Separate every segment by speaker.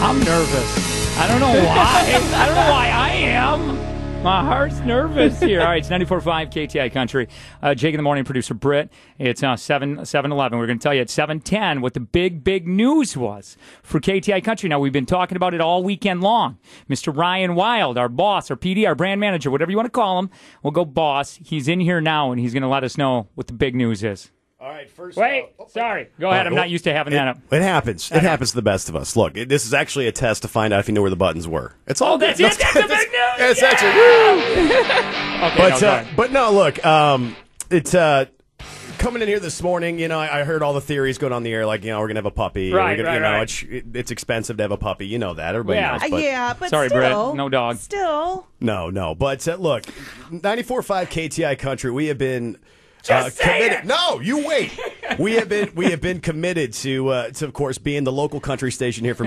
Speaker 1: I'm nervous. I don't know why. I don't know why I am. My heart's nervous here. All right, it's 94.5 KTI Country. Uh, Jake in the morning, producer Britt. It's now 7 seven eleven. We're going to tell you at 7.10 what the big, big news was for KTI Country. Now, we've been talking about it all weekend long. Mr. Ryan Wild, our boss, our PD, our brand manager, whatever you want to call him, we'll go boss. He's in here now, and he's going to let us know what the big news is.
Speaker 2: All right, first. oh,
Speaker 1: Wait, sorry. Go ahead. I'm not used to having that up.
Speaker 2: Uh, It happens. It happens to the best of us. Look, it, this is actually a test to find out if you know where the buttons were. It's all
Speaker 1: Oh, that's
Speaker 2: good.
Speaker 1: it. That's the big news.
Speaker 2: It's
Speaker 1: Yeah.
Speaker 2: actually. Woo!
Speaker 1: Okay, no,
Speaker 2: But
Speaker 1: go
Speaker 2: uh,
Speaker 1: ahead.
Speaker 2: but no, look, um, it's uh, coming in here this morning. You know, I, I heard all the theories going on the air, like you know, we're gonna have a puppy. or
Speaker 1: Right,
Speaker 2: we're gonna,
Speaker 1: right,
Speaker 2: you know,
Speaker 1: right.
Speaker 2: It's, it- it's expensive to have a puppy. You know that. Everybody
Speaker 1: Yeah.
Speaker 2: knows.
Speaker 1: Uh,
Speaker 3: Uh,
Speaker 2: But
Speaker 3: yeah, but
Speaker 1: Sorry, Brett.
Speaker 3: still,
Speaker 1: No dog.
Speaker 3: Still,
Speaker 2: No, no. But uh, look, 94.5 KTI Country, we have been uh,
Speaker 1: Just say
Speaker 2: committed.
Speaker 1: it!
Speaker 2: No, you wait. we have been we have been committed to uh, to of course being the local country station here from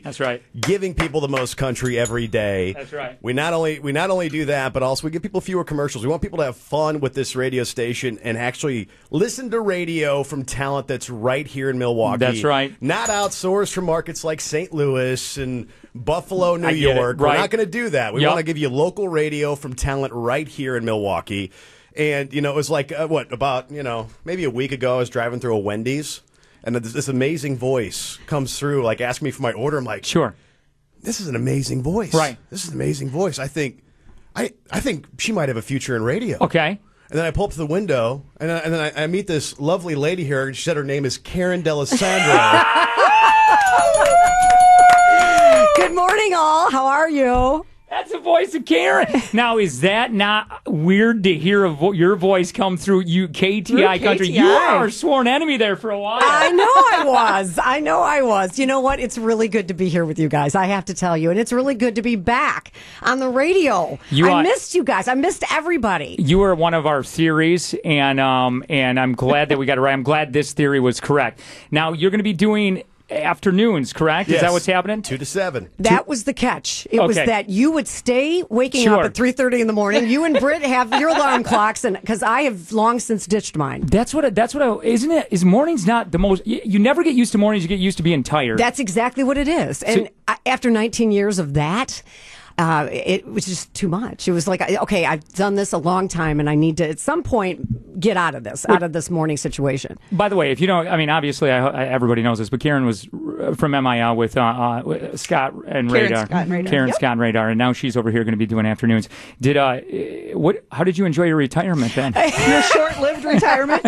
Speaker 1: That's right.
Speaker 2: Giving people the most country every day.
Speaker 1: That's right.
Speaker 2: We not only we not only do that, but also we give people fewer commercials. We want people to have fun with this radio station and actually listen to radio from talent that's right here in Milwaukee.
Speaker 1: That's right.
Speaker 2: Not outsourced from markets like St. Louis and Buffalo, New
Speaker 1: I get it.
Speaker 2: York. We're
Speaker 1: Right.
Speaker 2: not going to do that. We
Speaker 1: Yep.
Speaker 2: want to give you local radio from talent right here in Milwaukee. And, you know, it was like, uh, what, about, you know, maybe a week ago, I was driving through a Wendy's and this, this amazing voice comes through, like asking me for my order. I'm like,
Speaker 1: Sure.
Speaker 2: this is an amazing voice.
Speaker 1: Right.
Speaker 2: This is an amazing voice. I think, I, I think she might have a future in radio.
Speaker 1: Okay.
Speaker 2: And then I pull up to the window, and, I, and then I, I meet this lovely lady here, and she said her name is Karen Delisandro.
Speaker 3: good morning, all. How are you?
Speaker 1: That's the voice of Karen. Now, is that not weird to hear a vo- your voice come through you KTI
Speaker 3: Through
Speaker 1: country?
Speaker 3: KTI.
Speaker 1: You were our sworn enemy there for a while.
Speaker 3: I know I was. I know I was. You know what? It's really good to be here with you guys. I have to tell you, and it's really good to be back on the radio.
Speaker 1: You
Speaker 3: I
Speaker 1: are-
Speaker 3: missed you guys. I missed everybody.
Speaker 1: you were one of our theories, and um, and I'm glad that we got it right. I'm glad this theory was correct. Now you're going to be doing afternoons, correct? Is that
Speaker 2: Yes.
Speaker 1: what's happening?
Speaker 2: Two to seven.
Speaker 3: That was the catch. It was
Speaker 1: Okay.
Speaker 3: that you would stay waking
Speaker 1: Sure.
Speaker 3: up at three thirty in the morning. You and Britt have your alarm clocks, and because I have long since ditched mine.
Speaker 1: That's what. I, that's what. I, isn't it? Is mornings not the most? You, you never get used to mornings. You get used to being tired.
Speaker 3: That's exactly what it is. And I after 19 years of that, uh, it was just too much. It was like, I- okay, I've done this a long time, and I need to at some point get out of this, out of this morning situation.
Speaker 1: By the way, if you don't, I mean, obviously, I, I, everybody knows this, but Karen was uh, from MIL with uh, uh, with Scott and Radar.
Speaker 4: Scott and Radar.
Speaker 1: Karen
Speaker 4: Yep.
Speaker 1: Scott and Radar, and now she's over here going to be doing afternoons. Did uh, eh, what? How did you enjoy your retirement then?
Speaker 4: Your short-lived retirement.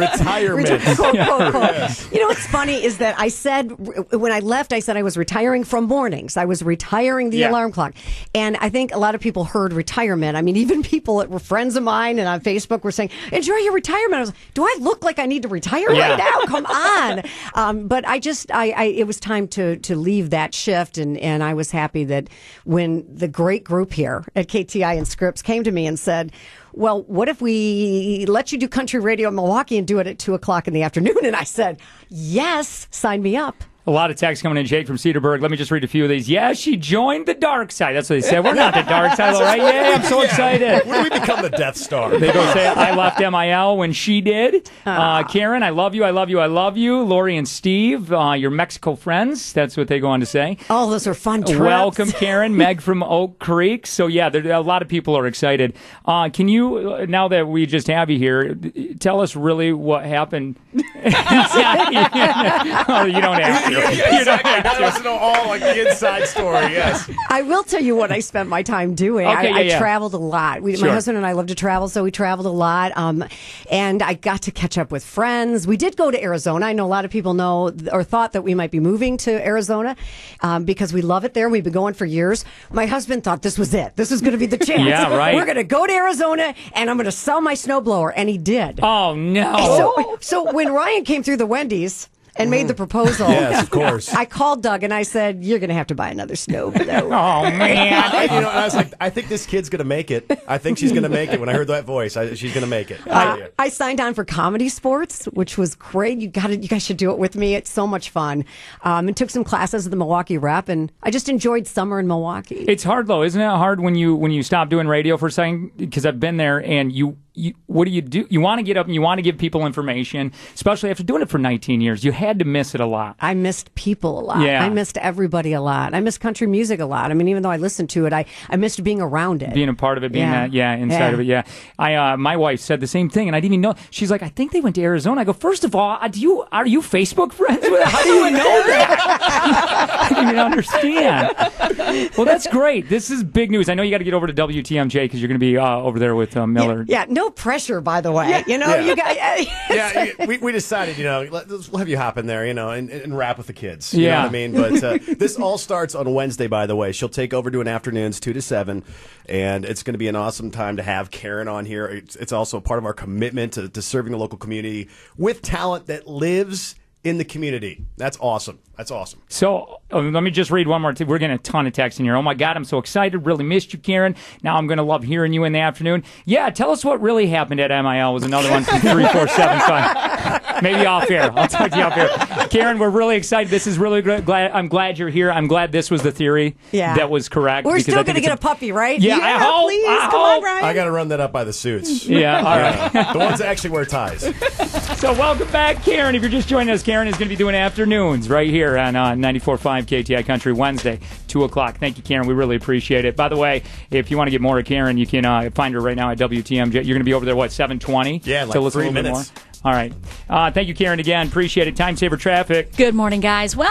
Speaker 2: Retirement.
Speaker 3: Quote, quote, quote. You know what's funny is that I said when I left, I said I was retiring from mornings. I was retiring the
Speaker 1: Yeah.
Speaker 3: alarm clock, and I think a lot of people heard retirement. I mean, even people that were friends of mine and on Facebook were saying, "Enjoy your retirement." I was, like, "Do I look like I need to retire
Speaker 1: Yeah.
Speaker 3: right now? Oh, Come on!" Um, but I just, I, I, it was time to to leave that shift, and and I was happy that when the great group here at KTI and Scripps came to me and said. Well, what if we let you do country radio in Milwaukee and do it at two o'clock in the afternoon? And I said, yes, sign me up.
Speaker 1: A lot of texts coming in, Jake from Cedarburg. Let me just read a few of these. Yeah, she joined the dark side. That's what they said. We're not the dark side, all right? Yeah, I'm so excited.
Speaker 2: When we become the Death Star.
Speaker 1: They go say, I left MIL when she did.
Speaker 4: Ah.
Speaker 1: Uh, Karen, I love you, I love you, I love you. Lori and Steve, uh, your Mexico friends. That's what they go on to say.
Speaker 3: All those are fun trips.
Speaker 1: Welcome, Karen. Meg from Oak Creek. So yeah, there, a lot of people are excited. Uh, can you uh, now that we just have you here, d- tell us really what happened? oh, you don't have to. You don't have to.
Speaker 2: to know all like the inside story. Yes.
Speaker 3: I will tell you what I spent my time doing. I,
Speaker 1: Okay, yeah,
Speaker 3: I
Speaker 1: yeah.
Speaker 3: traveled a lot. We,
Speaker 1: Sure.
Speaker 3: My husband and I love to travel, so we traveled a lot. Um, and I got to catch up with friends. We did go to Arizona. I know a lot of people know or thought that we might be moving to Arizona um, because we love it there. We've been going for years. My husband thought this was it. This was going to be the chance.
Speaker 1: Yeah, right.
Speaker 3: We're going to go to Arizona, and I'm going to sell my snowblower. And he did.
Speaker 1: Oh no.
Speaker 3: So, so when Ryan came through the Wendy's and made
Speaker 1: Mm.
Speaker 3: the proposal,
Speaker 2: Yes, of course.
Speaker 3: I called Doug and I said, "You're going to have to buy another snowblower."
Speaker 1: oh man.
Speaker 2: I, you know, I was like, I think this kid's gonna make it. I think she's gonna make it. When I heard that voice, I, she's gonna make it.
Speaker 3: Uh, I signed on for comedy sports, which was great. You got it. You guys should do it with me. It's so much fun. Um, and took some classes at the Milwaukee Rep, and I just enjoyed summer in Milwaukee.
Speaker 1: It's hard though, isn't it? Hard when you when you stop doing radio for a second because I've been there and you you, what do you do? You want to get up and you want to give people information, especially after doing it for 19 years. You had to miss it a lot.
Speaker 3: I missed people a lot.
Speaker 1: Yeah.
Speaker 3: I missed everybody a lot. I missed country music a lot. I mean, even though I listened to it, I, I missed being around it.
Speaker 1: being a part of it, being
Speaker 3: Yeah.
Speaker 1: that, yeah, inside
Speaker 3: Yeah.
Speaker 1: of it, yeah. I, uh, my wife said the same thing, and I didn't even know. She's like, I think they went to Arizona. I go, first of all, uh, do you are you Facebook friends with? How do you know that? I didn't even understand. Well, that's great. This is big news. I know you got to get over to WTMJ because you're going to be uh, over there with uh, Miller.
Speaker 3: yeah, no pressure, by the way. You know,
Speaker 2: Yeah.
Speaker 3: you got.
Speaker 2: yeah, we, we decided, you know, let, us have you hop in there, you know, and, and rap with the kids. You
Speaker 1: Yeah.
Speaker 2: know what I mean? But uh, this all starts on Wednesday, by the way. She'll take over doing afternoons, 2 to 7, and it's going to be an awesome time to have Karen on here. It's, it's also part of our commitment to, to serving the local community with talent that lives in the community. That's awesome. That's awesome.
Speaker 1: So uh, let me just read one more. T- We're getting a ton of texts in here. Oh my God, I'm so excited. Really missed you, Karen. Now I'm going to love hearing you in the afternoon. Yeah, tell us what really happened at MIL was another one from 3475. Maybe off air. I'll talk to you off air. Karen, we're really excited. This is really gr- glad. I'm glad you're here. I'm glad this was the theory
Speaker 3: Yeah.
Speaker 1: that was correct.
Speaker 3: We're
Speaker 1: because I
Speaker 3: still
Speaker 1: think
Speaker 3: going to
Speaker 1: it's
Speaker 3: get a puppy, right?
Speaker 1: Yeah, I hope.
Speaker 4: please,
Speaker 1: I
Speaker 4: come on,
Speaker 1: hope.
Speaker 4: Brian.
Speaker 2: I got to run that up by the suits.
Speaker 1: Yeah, all right.
Speaker 2: the ones that actually wear ties.
Speaker 1: So welcome back, Karen. If you're just joining us, Karen is going to be doing afternoons right here on uh, 94.5 KTI Country Wednesday, 2 o'clock. Thank you, Karen. We really appreciate it. By the way, if you want to get more of Karen, you can uh, find her right now at WTMJ. You're going to be over there, what, 720?
Speaker 2: Yeah, in like
Speaker 1: So listen a
Speaker 2: three
Speaker 1: little bit
Speaker 2: minutes.
Speaker 1: more. All right. Uh, thank you, Karen, again. Appreciate it. Time Saver Traffic.
Speaker 5: Good morning, guys. Well,